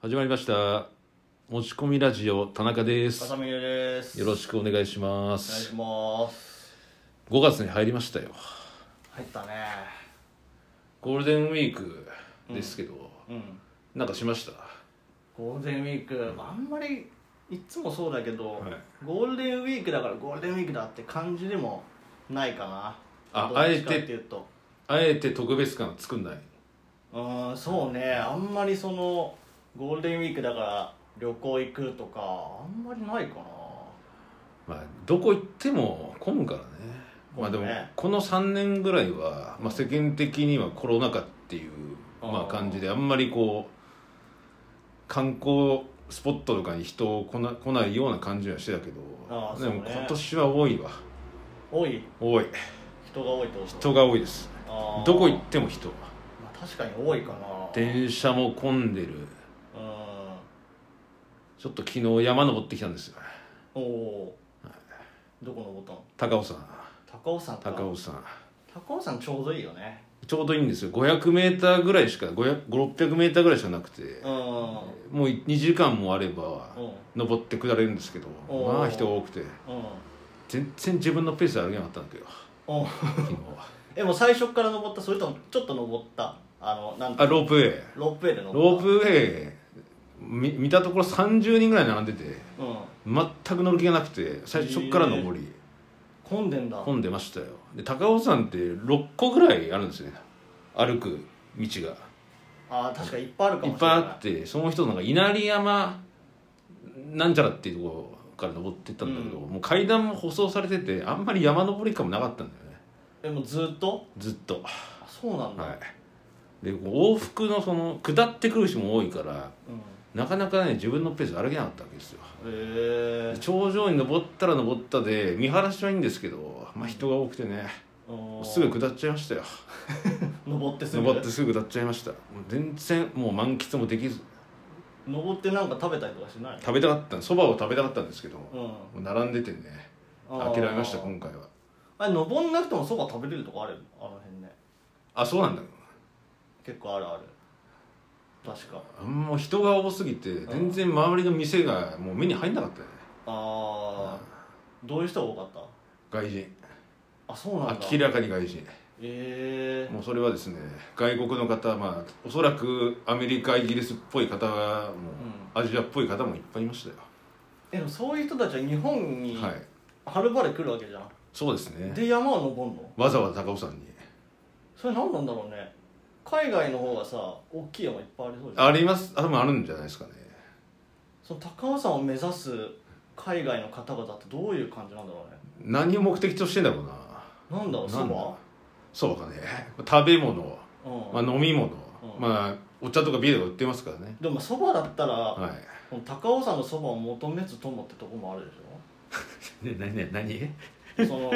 始まりました持ち込みラジオ田中です浅見優です。よろしくお願いしまお願いすします。 5月に入りましたよ入ったね。ゴールデンウィークですけど、うん。なんかしましたゴールデンウィーク、あんまりいつもそうだけど、はいゴールデンウィークだからゴールデンウィークだって感じでもないかな。あどっちかっていうと、あえて特別感作んないうーん、そうね。あんまりそのゴールデンウィークだから旅行行くとかあんまりないかな。まあどこ行っても混むからねまあでも混むねこの3年ぐらいは、まあ、世間的にはコロナ禍っていうまああー感じであんまりこう観光スポットとかに人来な来ないような感じはしてたけあどーでもそうね今年は多いわ多い多い人が多いってこと。人が多いですあーどこ行っ、ても人まあ、確かに多いかな。電車も混んでるうん。ちょっと昨日山登ってきたんですよおおー、どこのボタン高尾山高尾山か高尾山高尾山ちょうどいいよねちょうどいいんですよ 500m ぐらいしか500600m ぐらいしかなくてうんもう2時間もあればうん登って下れるんですけどおーまあ人が多くてうん全然自分のペースで歩けなかったんだけどうん昨日はえもう最初から登ったそれともちょっと登ったあのなんてあロープウェイロープウェイで登ロっーたプウェイみ見たところ30人ぐらい並んでてうん全く乗る気がなくて最初そっから登り、混んでんだ混んでましたよで高尾山って6個ぐらいあるんですね歩く道あー確かいっぱいあるがかいもっしれぱいないあってその一つなんか稲荷山なんちゃらっていうところから登っていったんだけど、うもう階段も舗装されててあんまり山登り感もなかったんだよねえもうずっとずっとあそうなんだ、はいでこう往復のその下ってくる人も多いからうん、なかなかね自分のペースで歩けなかったわけですよえで頂上に登ったら登ったで見晴らしはいいんですけど、まあ、人が多くてねー、すぐ下っちゃいましたよ登ってすぐ登ってすぐ歌っちゃいましたもう全然もう満喫もできず登ってなんか食べたりとかしない食べたかったそばを食べたかったんですけど、もうんう並んでてねあー諦めました今回はあれ登んなくてもそば食べれるとこあるよあの辺ねあそうなんだ結構あるある確かあんま人が多すぎて全然周りの店がもう目に入んなかったねああ、どういう人が多かっ外人たあそうなんだ明らかに外人えもうそれはですね外国の方まあおそらくアメリカイギリスっぽい方はもう、アジアっぽい方もいっぱいいましたよ、えでもそういう人たちは日本にはいはるばる来るわけじゃん、そうですねで山を登んのわざわざ高尾山にそれ何なんだろうね海外の方がさ大きい山いっぱいありそうじゃんあります多分あるんじゃないですかねその高尾山を目指す海外の方々ってどういう感じなんだろうね何を目的としてんだろうななんだろうそなんだばそうかね食べ物、うん、まあ、飲み物、うんまあお茶とかビールとか売ってますからねでもそばだったら、はこの高尾山のそばを求めずともってとこもあるでしいね何何何ょその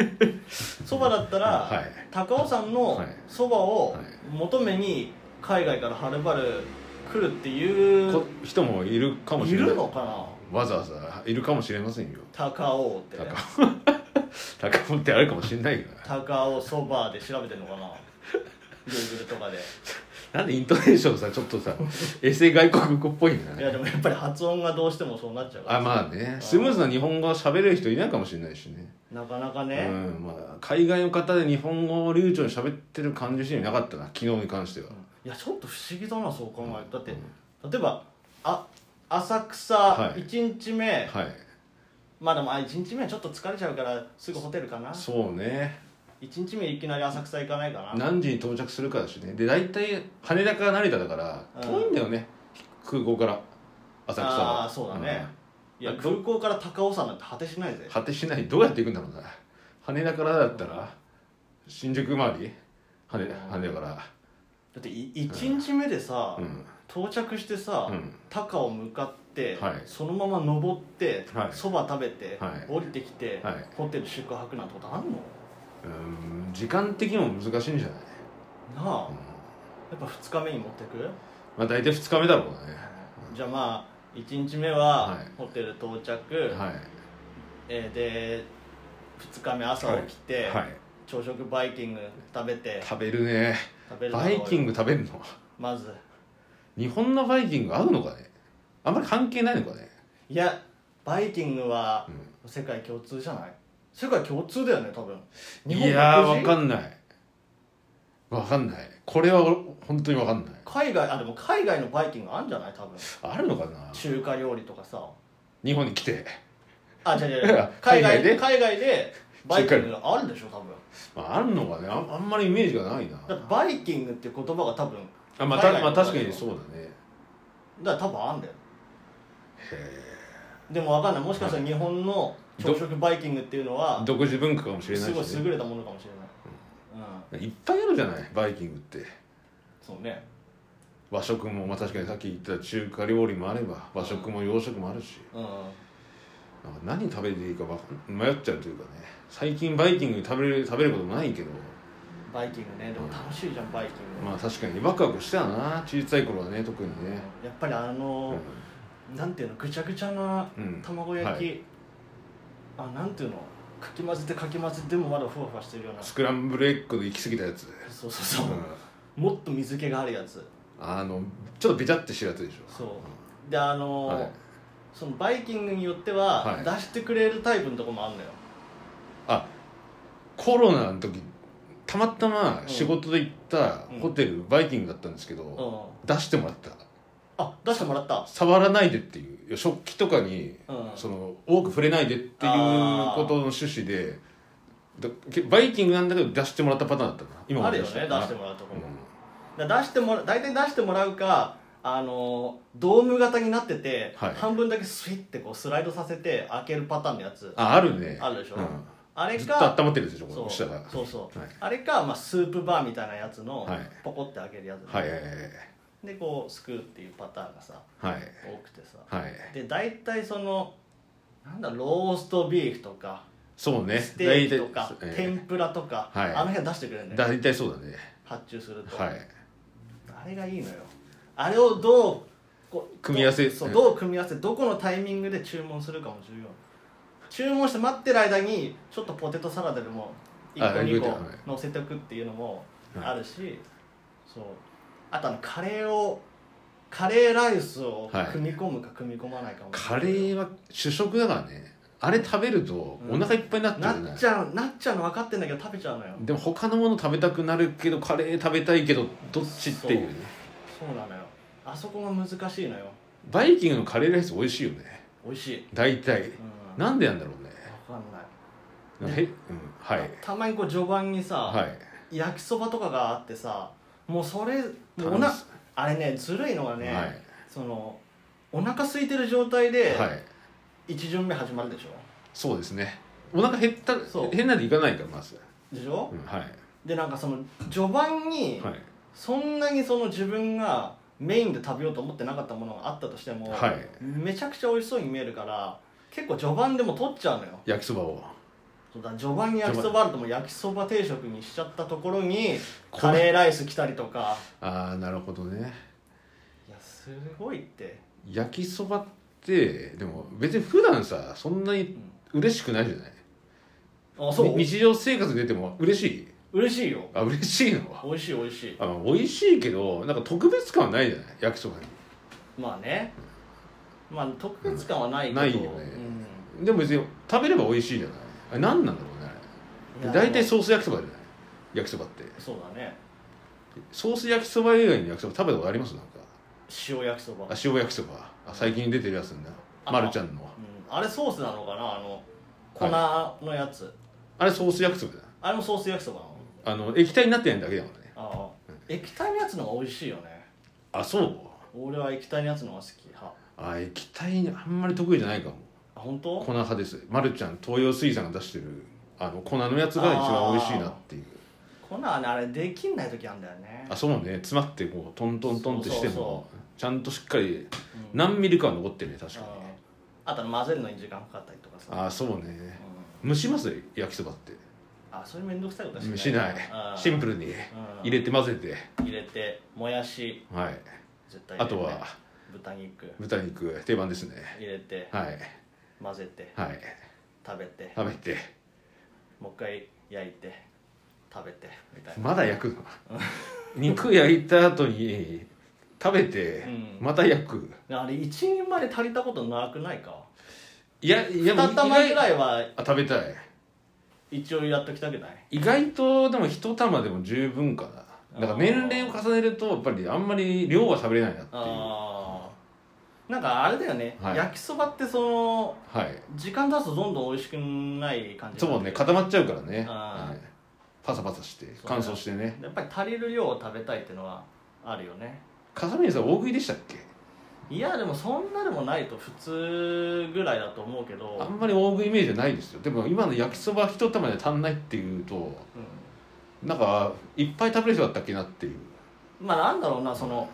そばだったら、はい高尾は山のいそばをはい求めに海外からはるばる来るっていう、こ人もいるかもしいれないるのかなわざわざいるかもしれませんよ高尾ってね高尾高尾ってあるかもしれないよ高尾そばで調べてんのかな Google とかで ななんでイントネーションさちょっとさ衛星外国語っぽいんいだねやでもやっぱり発音がどうしてもそうなっちゃうかあらまあねスムーズな日本語を喋れる人いないかもしれないしねなかなかね、うんまあ、海外の方で日本語を流暢に喋ってる感じしなかったな昨日に関しては、いやちょっと不思議だなそう考えるだってうん例えばあ浅草はい1日目、はいまあでもあ1日目はちょっと疲れちゃうからすぐホテルかなそうね1日目いきなり浅草行かないかな何時に到着するかだしねで大体羽田から成田だからうん遠いんだよね、空港から浅草はああそうだね、いや空港から高尾山なんて果てしないぜうん果てしないどうやって行くんだろうな羽田からだったら新宿周り羽田羽田からだってい1日目でさ、うん到着してさ、うん高尾向かって、はいそのまま登ってはいそば、食べて、はい降りてきて、はいホテル宿泊なんてことあんのうん時間的にも難しいんじゃない、なあうんやっぱ2日目に持ってく、まあ、大体2日目だろうねじゃあまあ1日目ははいホテル到着、はいえーで2日目朝起きて、はい朝食バイキング食べて食べるね食べるバイキンググ食べるのまず日本のバイキング合うのかねあんまり関係ないのかねいやバイキングはうん世界共通じゃない世界共通だよね多分日い本やーわ独か自んないわかんないこれは本当にわかんない海外あでも海外のバイキングあるんじゃない多分あるのかな中華料理とかさ日本に来て、あ違う違う違う海外海外でで海外でバイキングがあるでしょ多分まあ、あるのかねあんあんまりイメージがないなだってバイキングって言葉が多分あ、まあ、た海外まあの確かにそうだねだから多分あんだよへでもわかんないもしかしたら日本の朝食バイキングっていうのーは独自文化かもしれなすいごいし、ね、優れたものかもしれない、うん、いっぱいあるじゃないバイキングってそうね和食も、まあ、確かにさっき言った中華料理もあれば和食も洋食もあるしうんなんか何食べていいかわかん迷っちゃうというかね最近バイキングに食べる食べることもないけどバイキングねでも楽しいじゃんバイキング、まあ確かにワクワクしてたな小さい頃はね特にねうんやっぱりあの、なんていうのぐちゃぐちゃなうん卵焼き、はあなんていうのかき混ぜてかき混ぜてもまだふわふわしてるようなスクランブルエッグで行き過ぎたやつ、そうそうそう、うんもっと水気があるやつあのちょっとベチャってしてるやつでしょそうであの、はいそのバイキングによっては、はい出してくれるタイプのとこもあるのよあコロナの時たまたま仕事で行ったうんホテル、バイキングだったんですけど、うん出してもらったあ出してもらった触らないでっていう食器とかに、うんその多く触れないでっていうことの趣旨でだけバイキングなんだけど出してもらったパターンだったな今あ思るいよ出ねし出たしてもらうとこも、うだから出してもら大体出してもらうかあのドーム型になってて、はい半分だけスイッてこうスライドさせて開けるパターンのやつんああるねあるでしょうんあれずっかと温まってるでしょこそれう下がそうそう、はいあれか、まあ、スープバーみたいなやつの、はいポコって開けるやつ、はいはいでこうすくうっていうパターンがさはいはい多くてさはいで大体そのなんだローストビーフとかそうねステーキと大か体、ええ天ぷらとか、はいあの辺出してくれるんだよ大体そうだね発注すると、はいあれがいいのよあれをどうこう組み合わせそううんどう組み合わせどこのタイミングで注文するかも重要注文して待ってる間にちょっとポテトサラダでもあ1個2はい個乗せておくっていうのもはいあるし、そうあとあのカレーをカレーライスをはい組み込むか組み込まないかも、カレーは主食だからねあれ食べるとお腹いっぱいになってるじゃない、なっちゃうなっちゃうの分かってんだけど食べちゃうのよでも他のもの食べたくなるけどカレー食べたいけどどっちっていうねそうなのよあそこが難しいのよバイキングのカレーライス美味しいよね美味しい、大体うん、なんでなんだろうね分かんないなんかへうんはいたまにこう序盤にさ、はい焼きそばとかがあってさもうそれもうおな楽しあれねずるいのがね、はいそのお腹空いてる状態ではい一巡目始まるでしょ、そうですねお腹減ったそう変なんでいかないからまず、でしょう、ん、はいでなんかその序盤にはいそんなにその自分がメインで食べようと思ってなかったものがあったとしても、はいめちゃくちゃ美味しそうに見えるから結構序盤でも取っちゃうのよ焼きそばをそうだ序盤に焼きそばあるともう焼きそば定食にしちゃったところにこカれレーライス来たりとかああなるほどねいやすごいって、焼きそばってでも別に普段さそんなうにん嬉しくないじゃないあそうに日常生活で出ても嬉しい嬉しいよあ嬉しいの美味しい美味しいあ美味しいけどなんか特別感はないじゃない焼きそばまあねまあ特別感はないけど、なうん、いよねにでも別に食べれば美味しいじゃないあれ何なんだろうねあいやれ大体でもソース焼きそばじゃない焼きそばってそうだねソース焼きそば以外の焼きそば食べたことありますなんか塩焼きそばあ塩焼きそばあ最近出てるやつなんだあまるちゃんのうん、あれソースなのかなあの粉のやつ、あれソース焼きそばじゃないあれもソース焼きそばなのあの液体になってないだけだもんねああ、液体のやつの方が美味しいよねあそう俺は液体のやつの方が好きはあ液体にあんまり得意じゃないかもあ本当粉派ですまるちゃん東洋水産が出してるあの粉のやつが一番美味しいなっていう粉はねあれできんない時あんだよねあそうね詰まってこうトントントンってしてもそうそちゃんとしっかりうん何ミリかは残ってるね確かにああと混ぜるのに時間かかったりとかさああそううねん蒸します焼きそばってあそれめんどくさいことはしないああシンプルにうん入れて混ぜて入れてもやしはい絶対あ入れとては豚肉豚肉定番ですね入れてはい混ぜてはい食べて食べてもう一回焼いて食べてみたいな まだ焼くの肉焼いた後に食べてうんまた焼く、あれ一人前で足りたことなくないかいやいや二玉ぐらいいはあ食べたい一応やっときたくない意外とでも一玉でも十分かなだから年齢を重ねるとやっぱりあんまり量は喋れないなっていうああなんかあれだよね、はい焼きそばってそのはい時間経つとどんどん美味しくない感じそうね固まっちゃうからね、あーはいパサパサしてそう乾燥してねやっぱり足りる量を食べたいっていうのはあるよね笠宮さん大食いでしたっけいやでもそんなでもないと普通ぐらいだと思うけど、あんまり大食いイメージないですよでも今の焼きそば一玉で足んないっていうとう、なんかいっぱい食べる人だったっけなっていうんまあなんだろうなその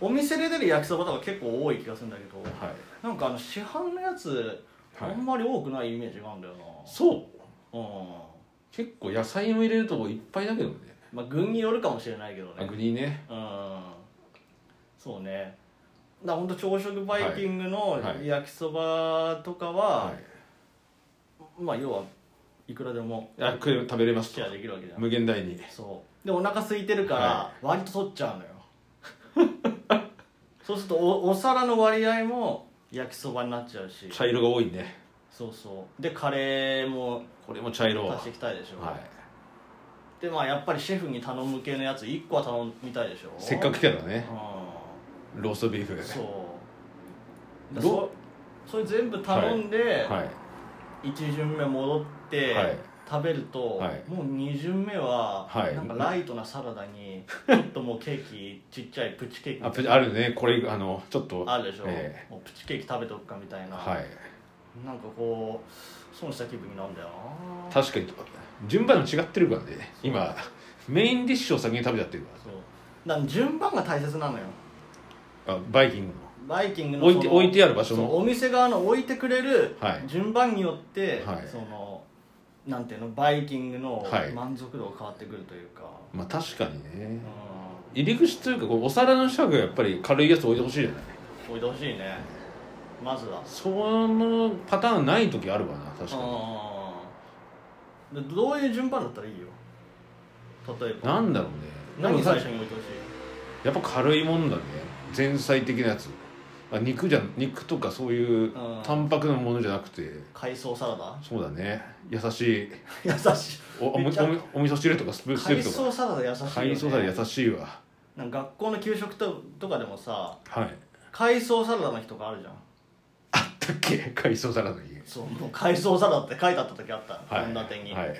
お店で出る焼きそばとか結構多い気がするんだけどはい、なんかあの市販のやつ、はあい、んまり多くないイメージがあるんだよなそうう結構野菜も入れるとこいっぱいだけどねんまあ具によるかもしれないけどあね具にねうんそうねだからほんと朝食バイキングのはいはい焼きそばとかは、はいまあ要はいくらでもあこれ食べれますシとェアできるわけじゃん無限大にそうでお腹空いてるかはら割と取っちゃうのよ、 そうするとおお皿の割合も焼きそばになっちゃうし茶色が多いねそうそうでカレーもこれも茶色は足していきたいでしょ、はいでまあやっぱりシェフに頼む系のやつ1個は頼みたいでしょせっかく来たらねうローストビーフんそうだロそそれ全部頼んで、はい1巡目戻って、はい食べると、はいもう2巡目は、はいなんかライトなサラダにちょっともうケーキちっちゃいプチケーキみたいあなプチあるねこれあのちょっとあるでしょ、えもうプチケーキ食べとくかみたいな、はいなんかこう損した気分になるんだよな確かに順番の違ってるからね今メインディッシュを先に食べちゃってるかそうだから順番が大切なのよらあバイキングバイキングのの置いそての置いてある場所そのうお店側の置いてくれるはい順番によって、はいそのなんていうのバイキングのはい満足度が変わってくるというか、まあ確かにねう入り口というかこうお皿の下がやっぱり軽いやつ置いてほしいじゃないん置いてほしいねまずはそのパターンない時あるわな確かにうんでどういう順番だったらいいよ例えばなんだろうねで何も最さ初に置いてほしいやっぱ軽いもんだね前菜的なやつあ肉じゃ肉とかそういううん淡白なものじゃなくて海藻サラダそうだね優しい優しいおおみおみお味噌汁とかスプーンス海ープとか藻サラダ優しいよ、ね、海藻サラダ優しいわなんか学校の給食ととかでもさはい海藻サラダの日とかあるじゃんあったっけ海藻サラダにそうもう海藻サラダって書いてあった時あったはい献立、に、はい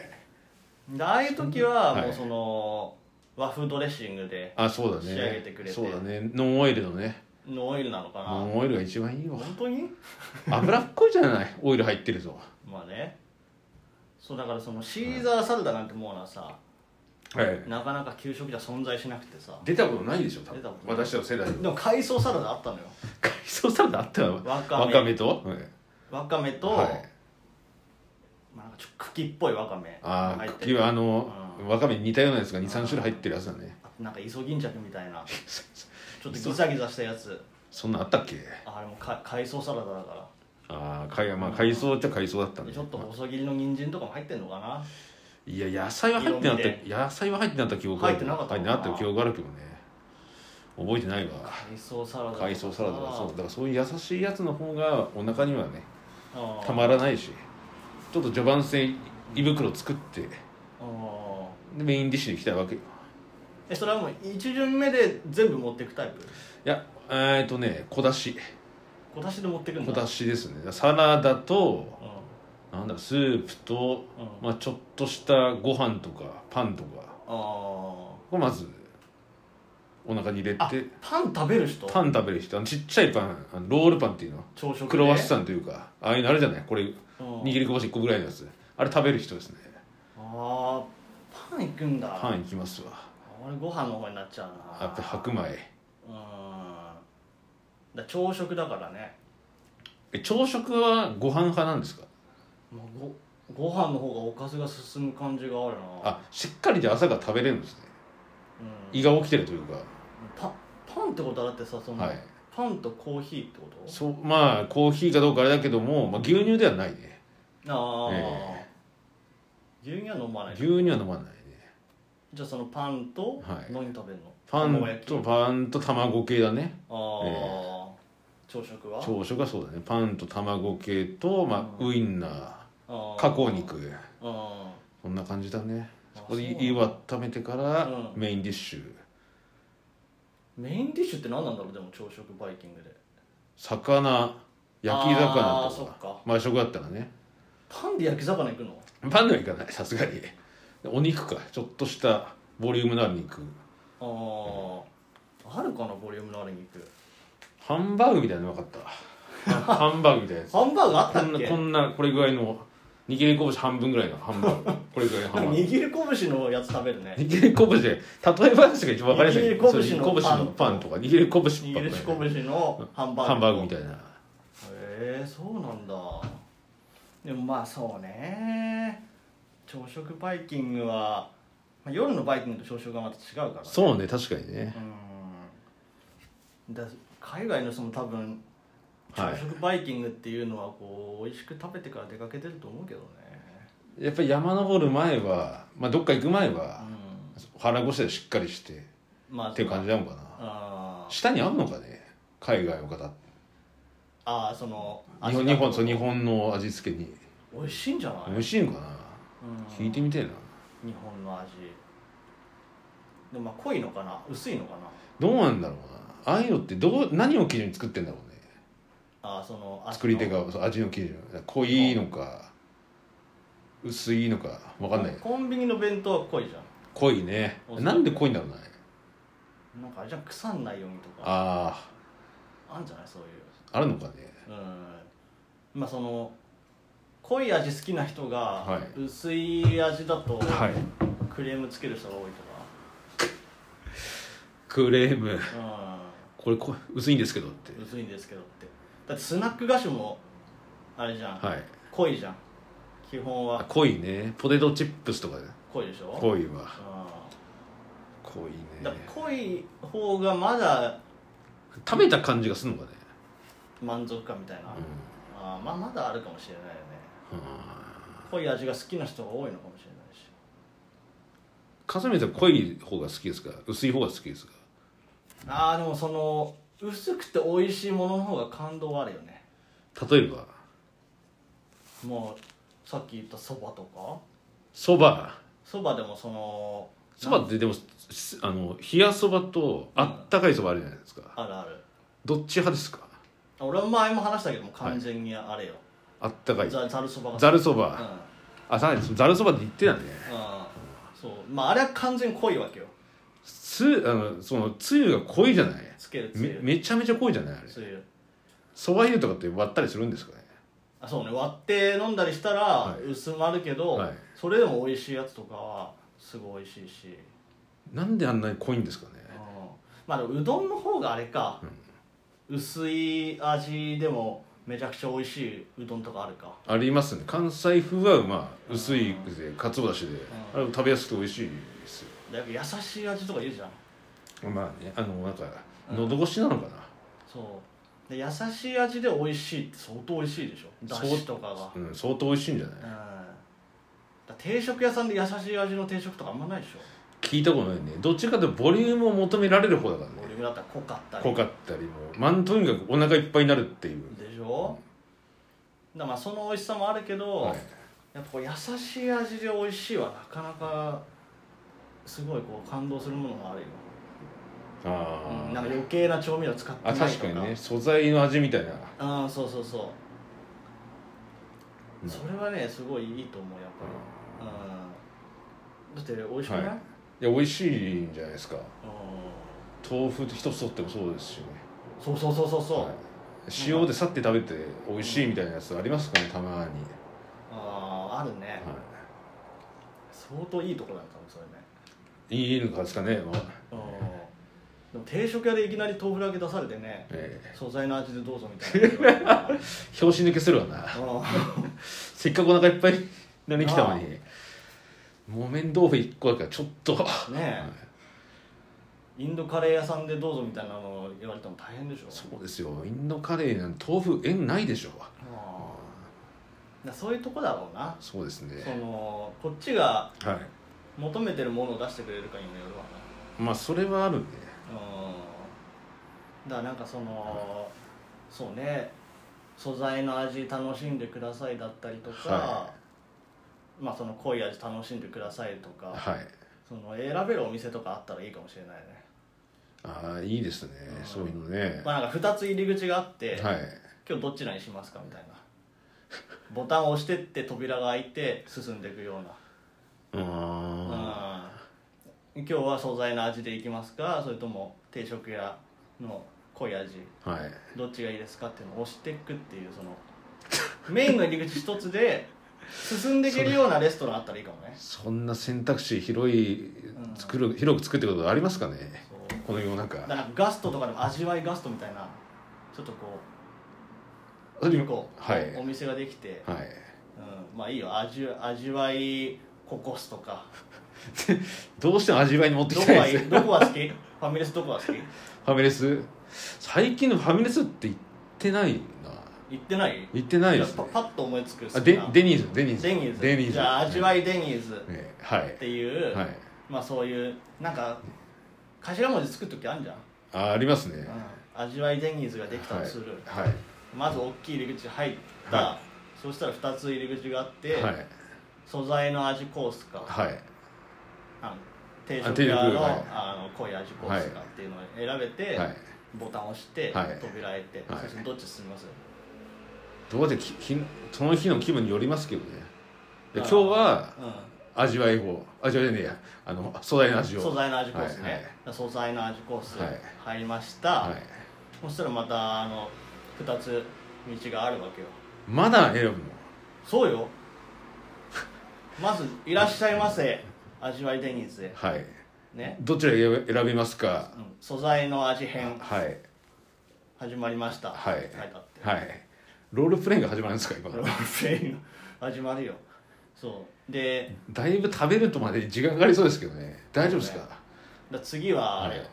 でああいう時ははいもうその、和風ドレッシングであそうだね仕上げてくれてそうだねノンオイルのねノンオイルなのかなノンオイルが一番いいよ本当に脂っこいじゃないオイル入ってるぞまあねそうだからそのシーザーサラダなんてもうなさ、はいなかなか給食じゃ存在しなくてさ出たことないでしょ多出た分ことない私らの世代はでも海藻サラダあったのよ海藻サラダあったのわかめわかめとはいわかめと、はいまあ、なんかちょっと茎っぽいわかめああ入って茎るはあのうわかめに似たようなやつが23種類入ってるやつだねあとなんかイソギンチャクみたい なちょっとギザギザしたやつそんなんあったっけあれもか海藻サラダだかああ海,、まあ、海藻っちゃ海藻だったらねちょっと細切りの人参とかも入ってんのかないや野菜は入ってなか色った野菜は入ってなかった記憶ある入ってなかった入のっかてなかなった記憶あるけどね覚えてないわ海藻サラダとか海藻サラダそうだからそういう優しいやつの方がお腹にはねあーたまらないしちょっと序盤戦胃袋作ってあーでメインディッシュに来たわけよえそれはもう一巡目で全部持っていくタイプいやえっとね小出し小出しで持ってくん小だ出しですねサラダとうんうんなんだろうスープと、まあ、ちょっとしたご飯とかパンとかあをまずお腹に入れあてパン食べる人パン食べる人あのちっちゃいパンあのロールパンっていうの朝食でクロワッサンというかああいうのあるじゃないこれうん握りこぼし1個ぐらいのやつあれ食べる人ですねあーパンいくんだパンいきますわ俺ご飯の方になっちゃうなやっぱ白米うんだ朝食だからねえ朝食はご飯派なんですかもうごご飯の方がおかずが進む感じがあるなあしっかりじゃあ朝が食べれるんですねうん、胃が起きてるというかパパンってことはだってさその、はいパンとコーヒーってことそうまあコーヒーかどうかあれだけども、まあ、牛乳ではないねああ、え牛乳は飲まない牛乳は飲まないねじゃあそのパンとはい何食べるの、パ卵ン焼きとパンと卵系だねああ、え朝食は朝食はそうだねパンと卵系と、まあ、うんウインナあーー加工肉うんあそんな感じだねあそこでそうなんだ湯を温めてからうんメインディッシュメインディッシュって何なんだろうでも朝食バイキングで魚焼きあ魚ーとそっかかまあ食だったらねパンで焼き魚行くのパンではいかないさすがにお肉かちょっとしたボリュームのある肉ああ、あるかなボリュームのある肉ハンバーグみたいなのなかった ハンバーグみたいなやつハンバーグあっこたんっなけこんなこれぐらいの握り拳半分ぐらいのハンバーグこれぐらいのハンバーグ 握り拳のやつ食べるね握り拳で例え話が一番分かりやすい握り拳そのうパンのパンとか握り拳パ握ンりとか拳のハンバーグハンバーグみたいなへえそうなんだでもまあそうね朝食バイキングは、まあ、夜のバイキングと朝食がまた違うからうそうね確かにねうんだ海外の人も多分はい朝食バイキングっていうのはこう美味しく食べてから出かけてると思うけどねやっぱり山登る前は、まあ、どっか行く前うはん腹ごしらえしっかりしてまあっていう感じなのかなあー下にあんのかね海外の方あーその日本味日が本そう日本の味付けに美味しいんじゃない美味しいのかなうん聞いてみてえな日本の味でもまあ濃いのかな薄いのかなどうなんだろうなああいうのってどう何を基準に作ってんだろうねあーその味の作り手がそう味の基準濃いのか薄いのか分かんないコンビニの弁当は濃いじゃ濃いねおそうなんで濃いんだろうねんなんかあれじゃん腐んないようにとかああんじゃないそういうああるのかねうんまあその濃い味好きな人がは薄い味だとはいクレームつける人が多いとクレームか、これ濃い薄いんですけどってうん、薄いんですけどってだってスナック菓子もあれじゃん、はい濃いじゃん基本あは濃いねポテトチップスとかね濃いでしょ濃いわうん濃いだねから濃い方がまだ食べた感じがするのかね満足感みたいな、うんあーまあまだあるかもしれないよねうん濃い味が好きな人が多いのかもしれないしかさみさん濃い方が好きですか薄い方が好きですかああでもその薄くて美味しいものの方が感動はあるよね例えばもうさっき言ったそばとかそばそばでもそのそばってでもすあの冷やそばとあったかいそばあるじゃないですか、あるあるどっち派ですか俺は前も話したけども完全にあれよ、あったかいざざるそばがざるそうん、うば、ん、あさらにざるそばって言ってたねそうまああれは完全に濃いわけよつあのそのつゆが濃いじゃないつけるつめゆめちゃめちゃ濃いじゃないあれつゆそば湯とかって割ったりするんですかねあそうね割って飲んだりしたらはい薄まるけど、はいそれでも美味しいやつとかはすごい美味しいし、なんであんなに濃いんですかねうんまあでもうどんの方があれか、薄い味でもめちゃくちゃ美味しいうどんとかあるかありますね関西風はまあ薄いでかつおだしであれも食べやすくて美味しいですよだいぶ優しい味とか言うじゃんまあねあのなんかうん喉越しなのかそうで優しい味で美味しいって相当美味しいでしょだそうしとかがな、うん、相当美味しいんじゃうないんだ定食屋さんで優しい味の定食とかあんまないでしょ聞いたことないねどっちかというとボリュームを求められる方だからねボリュームだったら濃かったり濃かったりもうまんとにかくお腹いっぱいになるっていう、でしょ、だからまあその美味しさもあるけど、はいやっぱこう優しい味で美味しいはなかなかすごいこう感動するものがあるよ、あうん、ーなんか余計な調味料使ってあないとか確かにね素材の味みたいなああそうそうそう、うんそれはねすごいいいと思うやっぱり、うん、だって美味しくない、はいいや美味しいんじゃないですかう豆腐一つとってもそうですしね、ん、そうそうそうそうそう、はい塩でさって食べて美味しいみたいなやつありますかねたまに、あああるね、は相当いいとこなんかもそれねい、いいのかですかね、まあうんでも定食屋でいきなり豆腐だけ出されてねえ素材の味でどうぞみたい なうんえ拍子抜けするわなせっかくお腹いっぱいになりに来たのに木綿豆腐一個だからちょっと、ねえ、はいインドカレー屋さんでどうぞみたいなの言われても大変でしょそうですよインドカレーなんて豆腐縁ないでしょああだそういうとこだろうなそうですそねのこっちがはい求めてるものを出してくれるかにもよるわまあそれはあるねうんだからなんかそのそうね素材の味楽しんでくださいだったりとか、はまあその濃い味楽しんでくださいとか、はいその選べるお店とかあったらいいかもしれないね、ああいいですねうんそういうのねまあ、なんか2つ入り口があって、はい今日どちらにしますかみたいなボタンを押してって扉が開いて進んでいくよううなうんん今日は素材の味でいきますかそれとも定食屋の濃い味はいどっちがいいですかっていうのを押していくっていうそのメインの入り口一つで進んでいけるようなレストランあったらいいかもねそんな選択肢広い作る広く作ってことありますかねそうこの世のだ中からガストとかでも味わいガストみたいなちょっとこそれうこう、はいお店ができて、はいうん、まあいいよ味味わいココスとかどうしても味わいに持ってどきこたがいいでいすどこが好きファミレスどこが好きファミレス最近のファミレスって行ってないな行ってない行ってないですじゃねあパパッと思いつくあ好きデなデニーズデニーズデニーズデニーズじゃあ味わいデニーズねはいっていう、はいまあそういうなんか頭文字作る時あるじゃん、あありますねうん、味わいデニーズができたとする、はいまず大きい入り口入った、はそしたら2つ入り口があって、はい素材の味コースか、はいあの定定食食屋の,、はいあの濃い味コースかっていうのを選べて、はいボタンを押して、はい扉開いて、はいそしてどっち進みますどうでききその日の気分によりますけどねであ今ー日はうん味わいを味わいじゃねえやあの素材の味を素材の味コースね、はいはい素材の味コースはい入りました、はいそしたらまたあの2つ道があるわけよまだ選ぶのそうよ まず「いらっしゃいませ味わいデニーズではい」ね、どちら選べ選びますかうん素材の味編はい始まりました」はい書いてあってはいロールプレイング始まるんですか今ロールプレイング始まるよそうでだいぶ食べるとまでに時間かかりそうですけどね大丈夫ですかだ次はあはれよ、い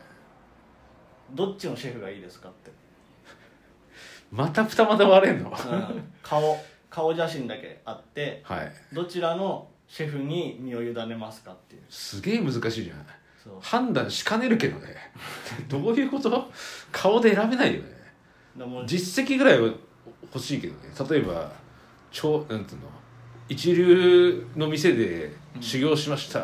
どっちのシェフがいいです かって、また二股割れんのうん顔顔写真だけあってはいどちらのシェフに身を委ねますかっていうすげえ難しいじゃんそう判断しかねるけどねどういうこと顔で選べないよねだもう実績ぐらいは欲しいけどね例えば超なんていうの一流の店で修行しました、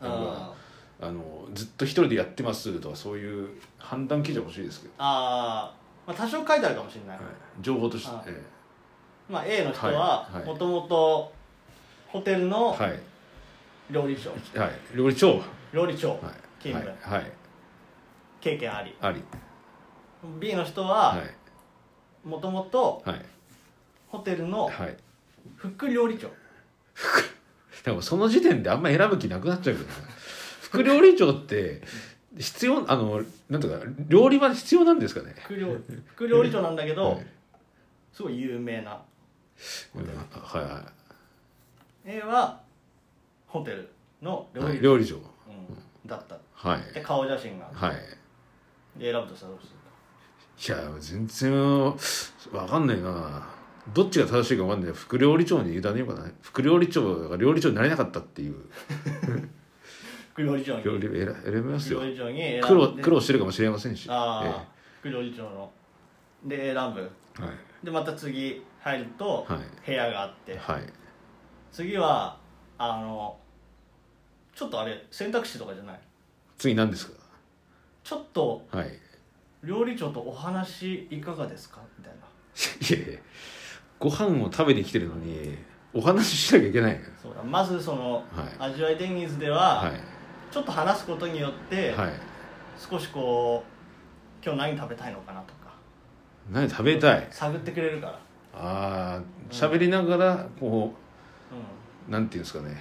とかああのずっと一人でやってますとかそういう判断基準欲しいですけど、ーあー、まあ、多少書いてあるかもしれない、はい情報としてあ、えまあ、A の人ははいはいもともとホテルえのはい料理長、はい料理長は料理長い勤はい務、はい経験ありあり B の人ははいもともとはいホテルのはい副料理長でもその時点であんま選ぶ気なくなっちゃうけどね 副料理長って必要あのなんとか料理は必要なんですかね 副料副料理長なんだけど、はいすごい有名なうんはいはい A はホテルの料は理い、長、料理長うん、だったはいで顔写真がはいで選ぶとしたらどうするいや全然わかんないなどっちが正しいかわかんない副料理長に委ねようかな副料理長が料理長になれなかったっていう副料理長に料理選選びます副よ料理長に選んで苦労苦労してるかもしれませんしああ、副料理長ので選ぶええでまた次入るとはい部屋があって、はいはい次はあのちょっとあれ選択肢とかじゃない次何ですかちょっとはいい料理長とお話いかがですかみたいなやいやご飯を食べに来てるのにお話ししなきゃいけないのよそうだまずそのはい味わいデニーズでは、はいちょっと話すことによって、はい少しこう今日何食べたいのかなとか何食べたい探ってくれるから、ああ喋りながらこううなんていうんですかね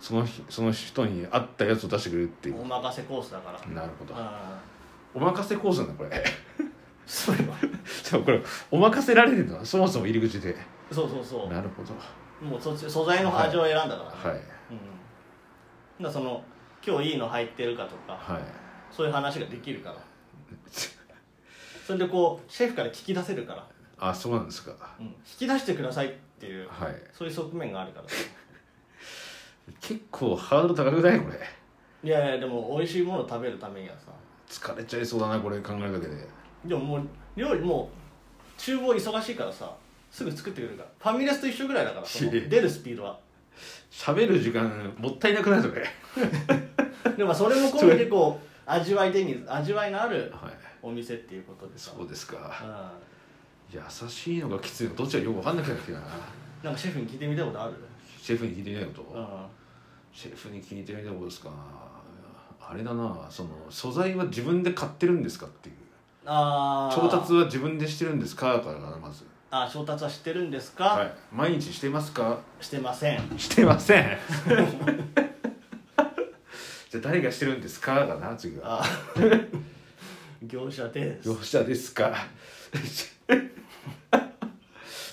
その日その人に合ったやつを出してくれるっていん、おう任せコースだから、うん、なるほどお任せコースなんだこれ そうよじゃあこれお任せられてるのはそもそも入り口でそうそうそなるほどうもうそっち素材の味を選んだから、はいうん、だからその今日いいの入ってるかとかはいそういう話ができる からそれでこうシェフから聞き出せるから、あそうなんですかうん、引き出してくださいっていうはいそういう側面があるから結構ハードル高くないこれいやいやでも美味しいものを食べるためにはさ疲れちゃいそうだなこれ考えるだけででももう料理もう厨房忙しいからさすぐ作ってくれるからファミレスと一緒ぐらいだからそのいや出るスピードは 喋る時間もったいなくなるよねでもまあそれも込めてこう味わい手に味わいのあるはいお店っていうことでさそうですかう優しいのがきついのどっちがよく分かんなくなってきたなんなんかシェフに聞いてみたことあるシェフに聞いてみたいこうとんシェフに聞いてみたことですかあれだなその素材は自分で買ってるんですかっていうあー調達は自分でしてるんですかからなまずあー調達はしてるんですか、はい毎日してますかしてませんしてません じゃあ誰がしてるんですかだな次はあ 業者です業者ですか ま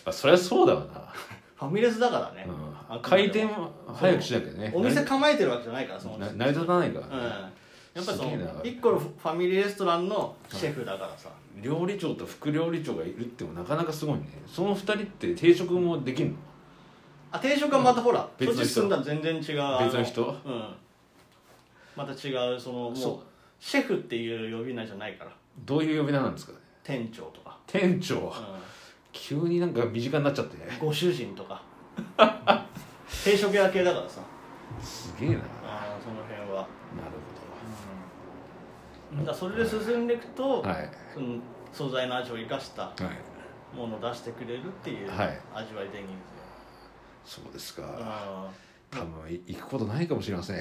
あそりゃそうだわファミレスだからね、な、うん、あくま回でも転は早くしなきゃねお店構えてるわけじゃないからそのな成り立たないかうんら、ねやっぱりそすげえなの一個のファミリーレストランのシェフだからさ、料理長と副料理長がいるってもなかなかすごいねその二人って定食もできるのあ定食はまたほら、別そのっ人ち進んだら全然違うあ別の人うんまた違うそのもうそうシェフっていう呼び名じゃないからどういう呼び名なんですかね店長とか、店長う急になんか身近になっちゃってん、ご主人 とか定食屋系だからさすげえななるあーその辺は、ほだからそれで進んでいくどと、はいその素材の味を生かしたはいものを出してくれるっていう味はわいいでいいんですよ、そうですうかん多分い行くことないかもしれません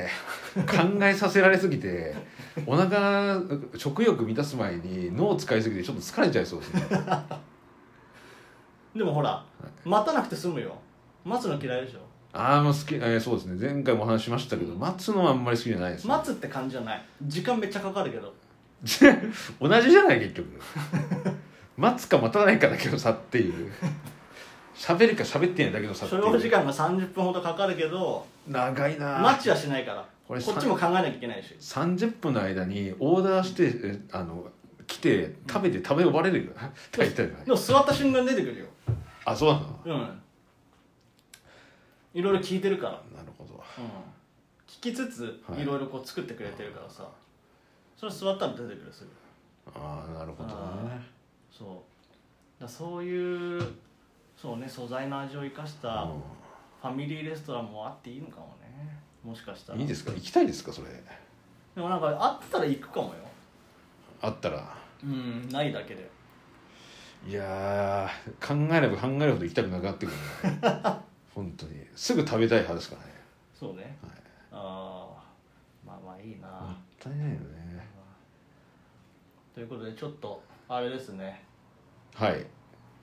考えさせられすぎてお腹食欲満たす前に脳を使いすぎてちょっと疲れちゃいそうですねでもほら待たなくて済むよ待つの嫌いでしょああもう好き、えーそうですね前回もお話ししましたけど待つのはあんまり好きじゃないです、ね、待つって感じじゃない時間めっちゃかかるけど 同じじゃない結局待つか待たないかだけの差っていう喋るか喋ってないだけの差って所いう要時間が30分ほどかかるけど長いな待ちはしないからここれっちも考えなきゃいけないし30分の間にオーダーしてえあの来て食べて食べ終われるよな大体はでも座った瞬間出てくるよあそうなのうんいろいろ聞いてるから、なるほどうん、聞きつつはいいろいろこう作ってくれてるからさ、それ座ったら出てくるすぐああなるほどねあそうだからそういうそうね素材の味を生かしたファミリーレストランもあっていいのかもねもしかしたうらんいいですか行きたいですかそれでもなんかあったら行くかもよあったらうんないだけでいやー考えれば考えるほど行きたくなくなってくるね本当にすぐ食べたい派ですからねそうね、はいああまあまあいいな、もったいないよねということでちょっとあれですねはい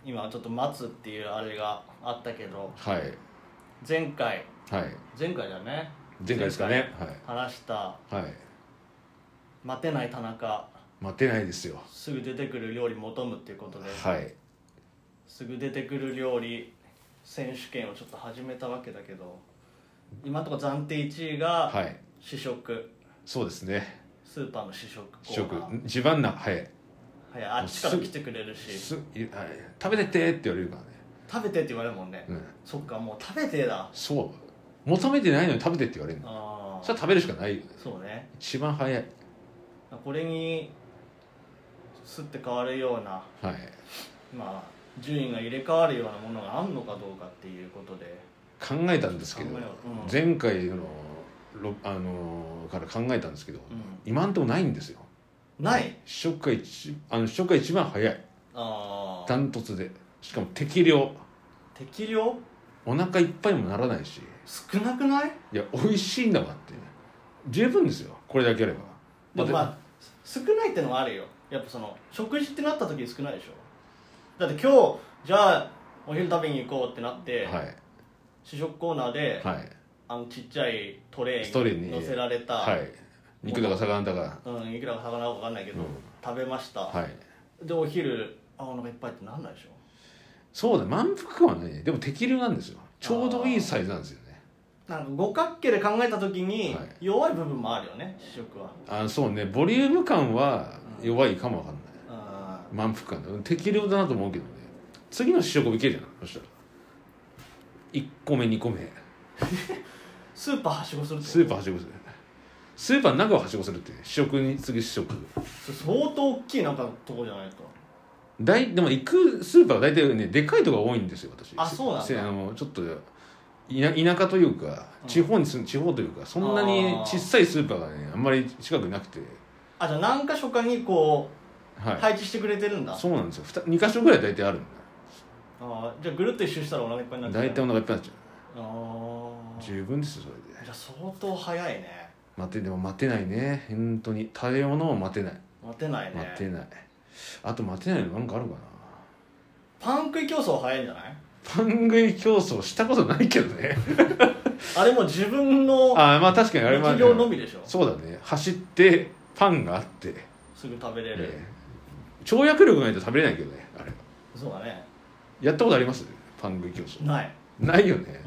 今ちょっと待つっていうあれがあったけどはい前回はい前回だね前回ですかね話したはい、はい、待てない田中待てないですよすぐ出てくる料理求むっていうことではいすぐ出てくる料理選手権をちょっと始めたわけだけど今のところ暫定1位がはい試食、そうですねスーパーの試食コ試ー食ナー地盤なはいはい、あっちから来てくれるしすいはい食べてってって言われるからね、食べてって言われるもんね、うん、そっかもう食べてだそう求めてないのに食べてって言われるのあそれあは食べるしかないよねそうね一番早いこれにすって変わるようなはいまあ順位が入れ替わるようなものがあんのかどうかっていうことで考えたんですけど考えよううん前回のろあのーから考えたんですけど、うん今んとこないんですよない試食が一あの試食が一番早いああダントツでしかも適量適量お腹いっぱいもならないし少なくないいや美味しいんだわって十分ですよこれだけあればでもまだっあ少ないってのはあるよやっぱその食事ってなった時に少ないでしょだって今日じゃあお昼食べに行こうってなって、てはい試食コーナーで、はいあのちっちゃいトレストレーーにに乗せられた、はい肉だか魚だかうん、いくらか魚か分かんないけど、うん食べました、はいでお昼あお腹いっぱいってなんないでしょそうだ満腹はねでも適量なんですよちょうどいいサイズなんですよねなんか五角形で考えた時にはい弱い部分もあるよね試食はあそうねボリューム感は弱いかもわかんないうん満腹感だ適量だなと思うけどね次の試食いけるじゃんそしたら1個目2個目スーパーはしごするってことスーパーはしごするスーパーの中をはしごするってね試食に次試食それ相当大きいなんかとこじゃないですか大でも行くスーパーは大体ねでかいとこが多いんですよ私あそうなんだせあのちょっと田田舎というかうん地方に住む地方というかそんなにあー小さいスーパーがねあんまり近くなくてあじゃあ何か所かにこうはい、配置してくれてるんだ、そうなんですよ 2, 箇所ぐらい大体あるんあーじゃあぐるっと一周したらお腹いっぱいになだっちゃう大体お腹いっぱいになっちゃあうー十分ですよそれでじゃあ相当早いね待てでも待てないね本当に食べ物も待てない待てない待てねないあと待てないのなんかあるかなパン食い競争早いんじゃないパン食い競争したことないけどねあれも自分のああまあ確かにあれは力量のみでしょそうだね走ってパンがあって、すぐ食べれる、ええ跳躍力ないと食べれないけどねあれそうだねやったことありますパン食い競争ない、ないよね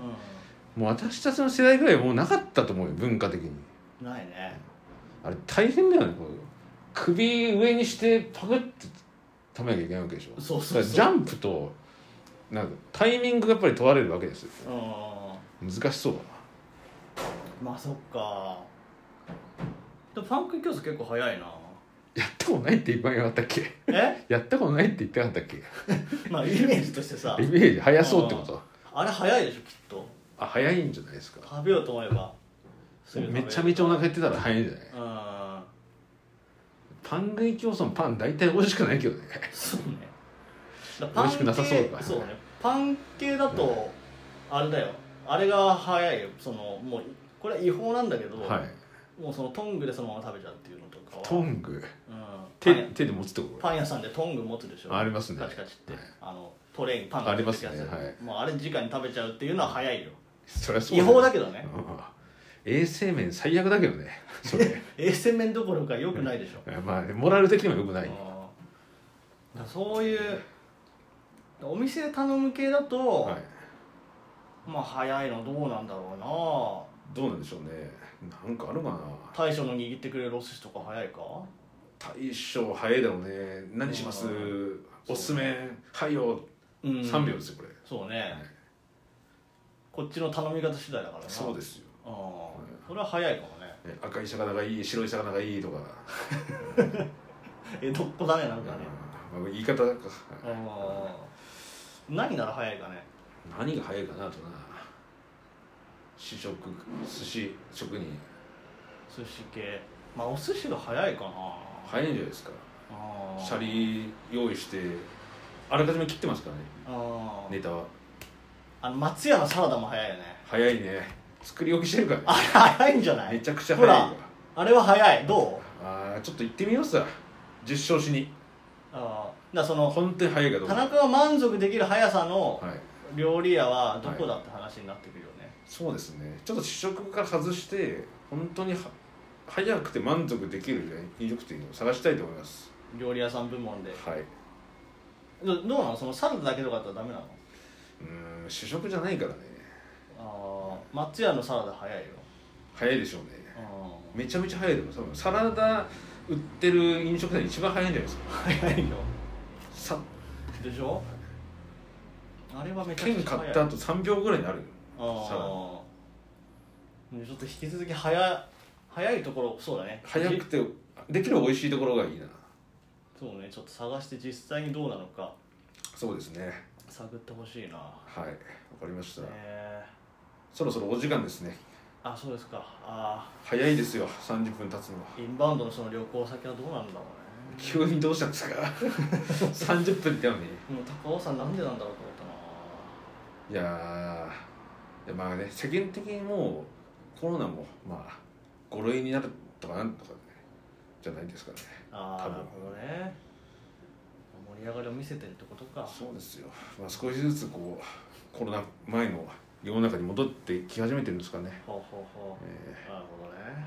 うもう私たちの世代ぐらいもうなかったと思うよ文化的にん、ないねあれ大変だよねこう首上にしてパクって食べなきゃいけないわけでしょそうそだうそうからジャンプとなんかタイミングがやっぱり問われるわけですようん難しそうだまあそっかでもパン食い競争結構早いななやったことないって一番言わなかったっけえやったことないって言ってなかったっけまあイメージとしてさイメージ早そうってことあれ早いでしょきっとあ早いんじゃないですか食べようと思えばすぐ食べめれるちゃめちゃお腹減ってたら早いんじゃないうんパン食い競争パン大体美味しくないけどねそうねだ美味しくなさそうだかパンら系そうねパン系だとあれだよあれが早いよそのもうこれは違法なんだけど、はいもうそのトングでそのまま食べちゃうっていうのとかはトングうん、手パン屋手で持つってことパン屋さんでトング持つでしょありますねカチカチって、はいあのトレイにパンがありますね入ってるやつはいもうあれ直に食べちゃうっていうのは早いよそりゃそう違法だけけどね衛生面最悪だけどねそれ 衛生面どころかよくないでしょ、まあモラル的にもよくないうんそういうお店で頼む系だと、はいまあ早いのどうなんだろどうなんでしょうねなんかあるかなうな大将の握ってくれるお寿司とか早いか大将早いだろうね何しますあーおすすめはいようん3秒ですよこれ、そうね、はいこっちの頼み方次第だからなそうすですよああそれは早いかもねね赤い魚がいい白い魚がいいとか江戸っ子だねなんかね、まあ言い方かああ何なら早いかね何が早いかなとな試食寿司職人寿司系まあお寿司が早いかな早いんじゃないですかああシャリ用意してあらかじめ切ってますからねああネタはあの松屋のサラダも早いよね早いね作り置きしてるから、ねあれ早いんじゃなめいちゃくちゃ早いほわあれは早いどうあーちょっと行ってみますわ実証しにああだからその本当に早いかどう田か中が満足できる速さのはい料理屋はどこだって話になってくるよね、そうですねちょっと試食から外して本当には早くて満足できる飲食店を探したいと思います料理屋さん部門ではいどどうなのそのサラダだけとかだったらダメなのうーん主食じゃないからねああ松屋のサラダ早いよ早いでしょうねうめちゃめちゃ早いでも多分サラダ売ってる飲食店で一番早いんじゃないですかん早いよさでしょあれはめちゃく券ちゃ買早っいた後3秒ぐらいになるよサラダああちょっと引き続き早早いところそうだね早くじてできる美味しいところがいいなそうねちょっと探して実際にどうなのかそうですね探ってほしいなはいわかりました、ねえそろそろお時間ですねあそうですかあ早いですよ30分経つのはあインバウンドのその旅行先はどうなんだろうね急にどうしたん ですか30分ってやのにもう高尾さんなんでなんだろうと思っいやーいやまあね世間的にもうコロナもまあ5類になるとかなんとかねじゃないですかねたなあ多あ分なるほどね盛り上がりを見せてるってことかそうですよ、まあ、少しずつこうコロナ前の世の中に戻ってき始めてるんですかね、ほうほうほえうなるほどね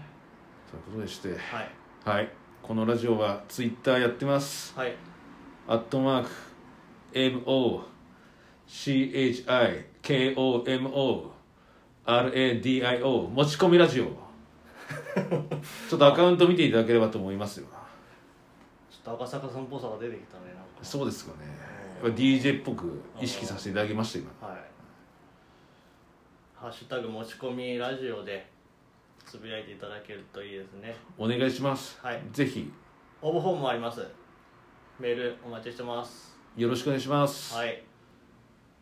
ーということでしてはいはいこのラジオはツイッターやってますはいアットマーク MOCHIKOMORADIO 持ち込みラ ジオちょっとアカウント見ていただければと思いますよちょっと赤坂さんっぽさが出てきたねなんかそうですかねやっぱ DJ っぽく意識させていただきました今はい。ハッシュタグ持ち込みラジオでつぶやいていただけるといいですねお願いします、はいぜひ応募フォームもありますメールお待ちしてますよろしくお願いしますはい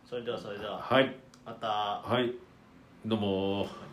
それではそれでははい、またはい、どうもこん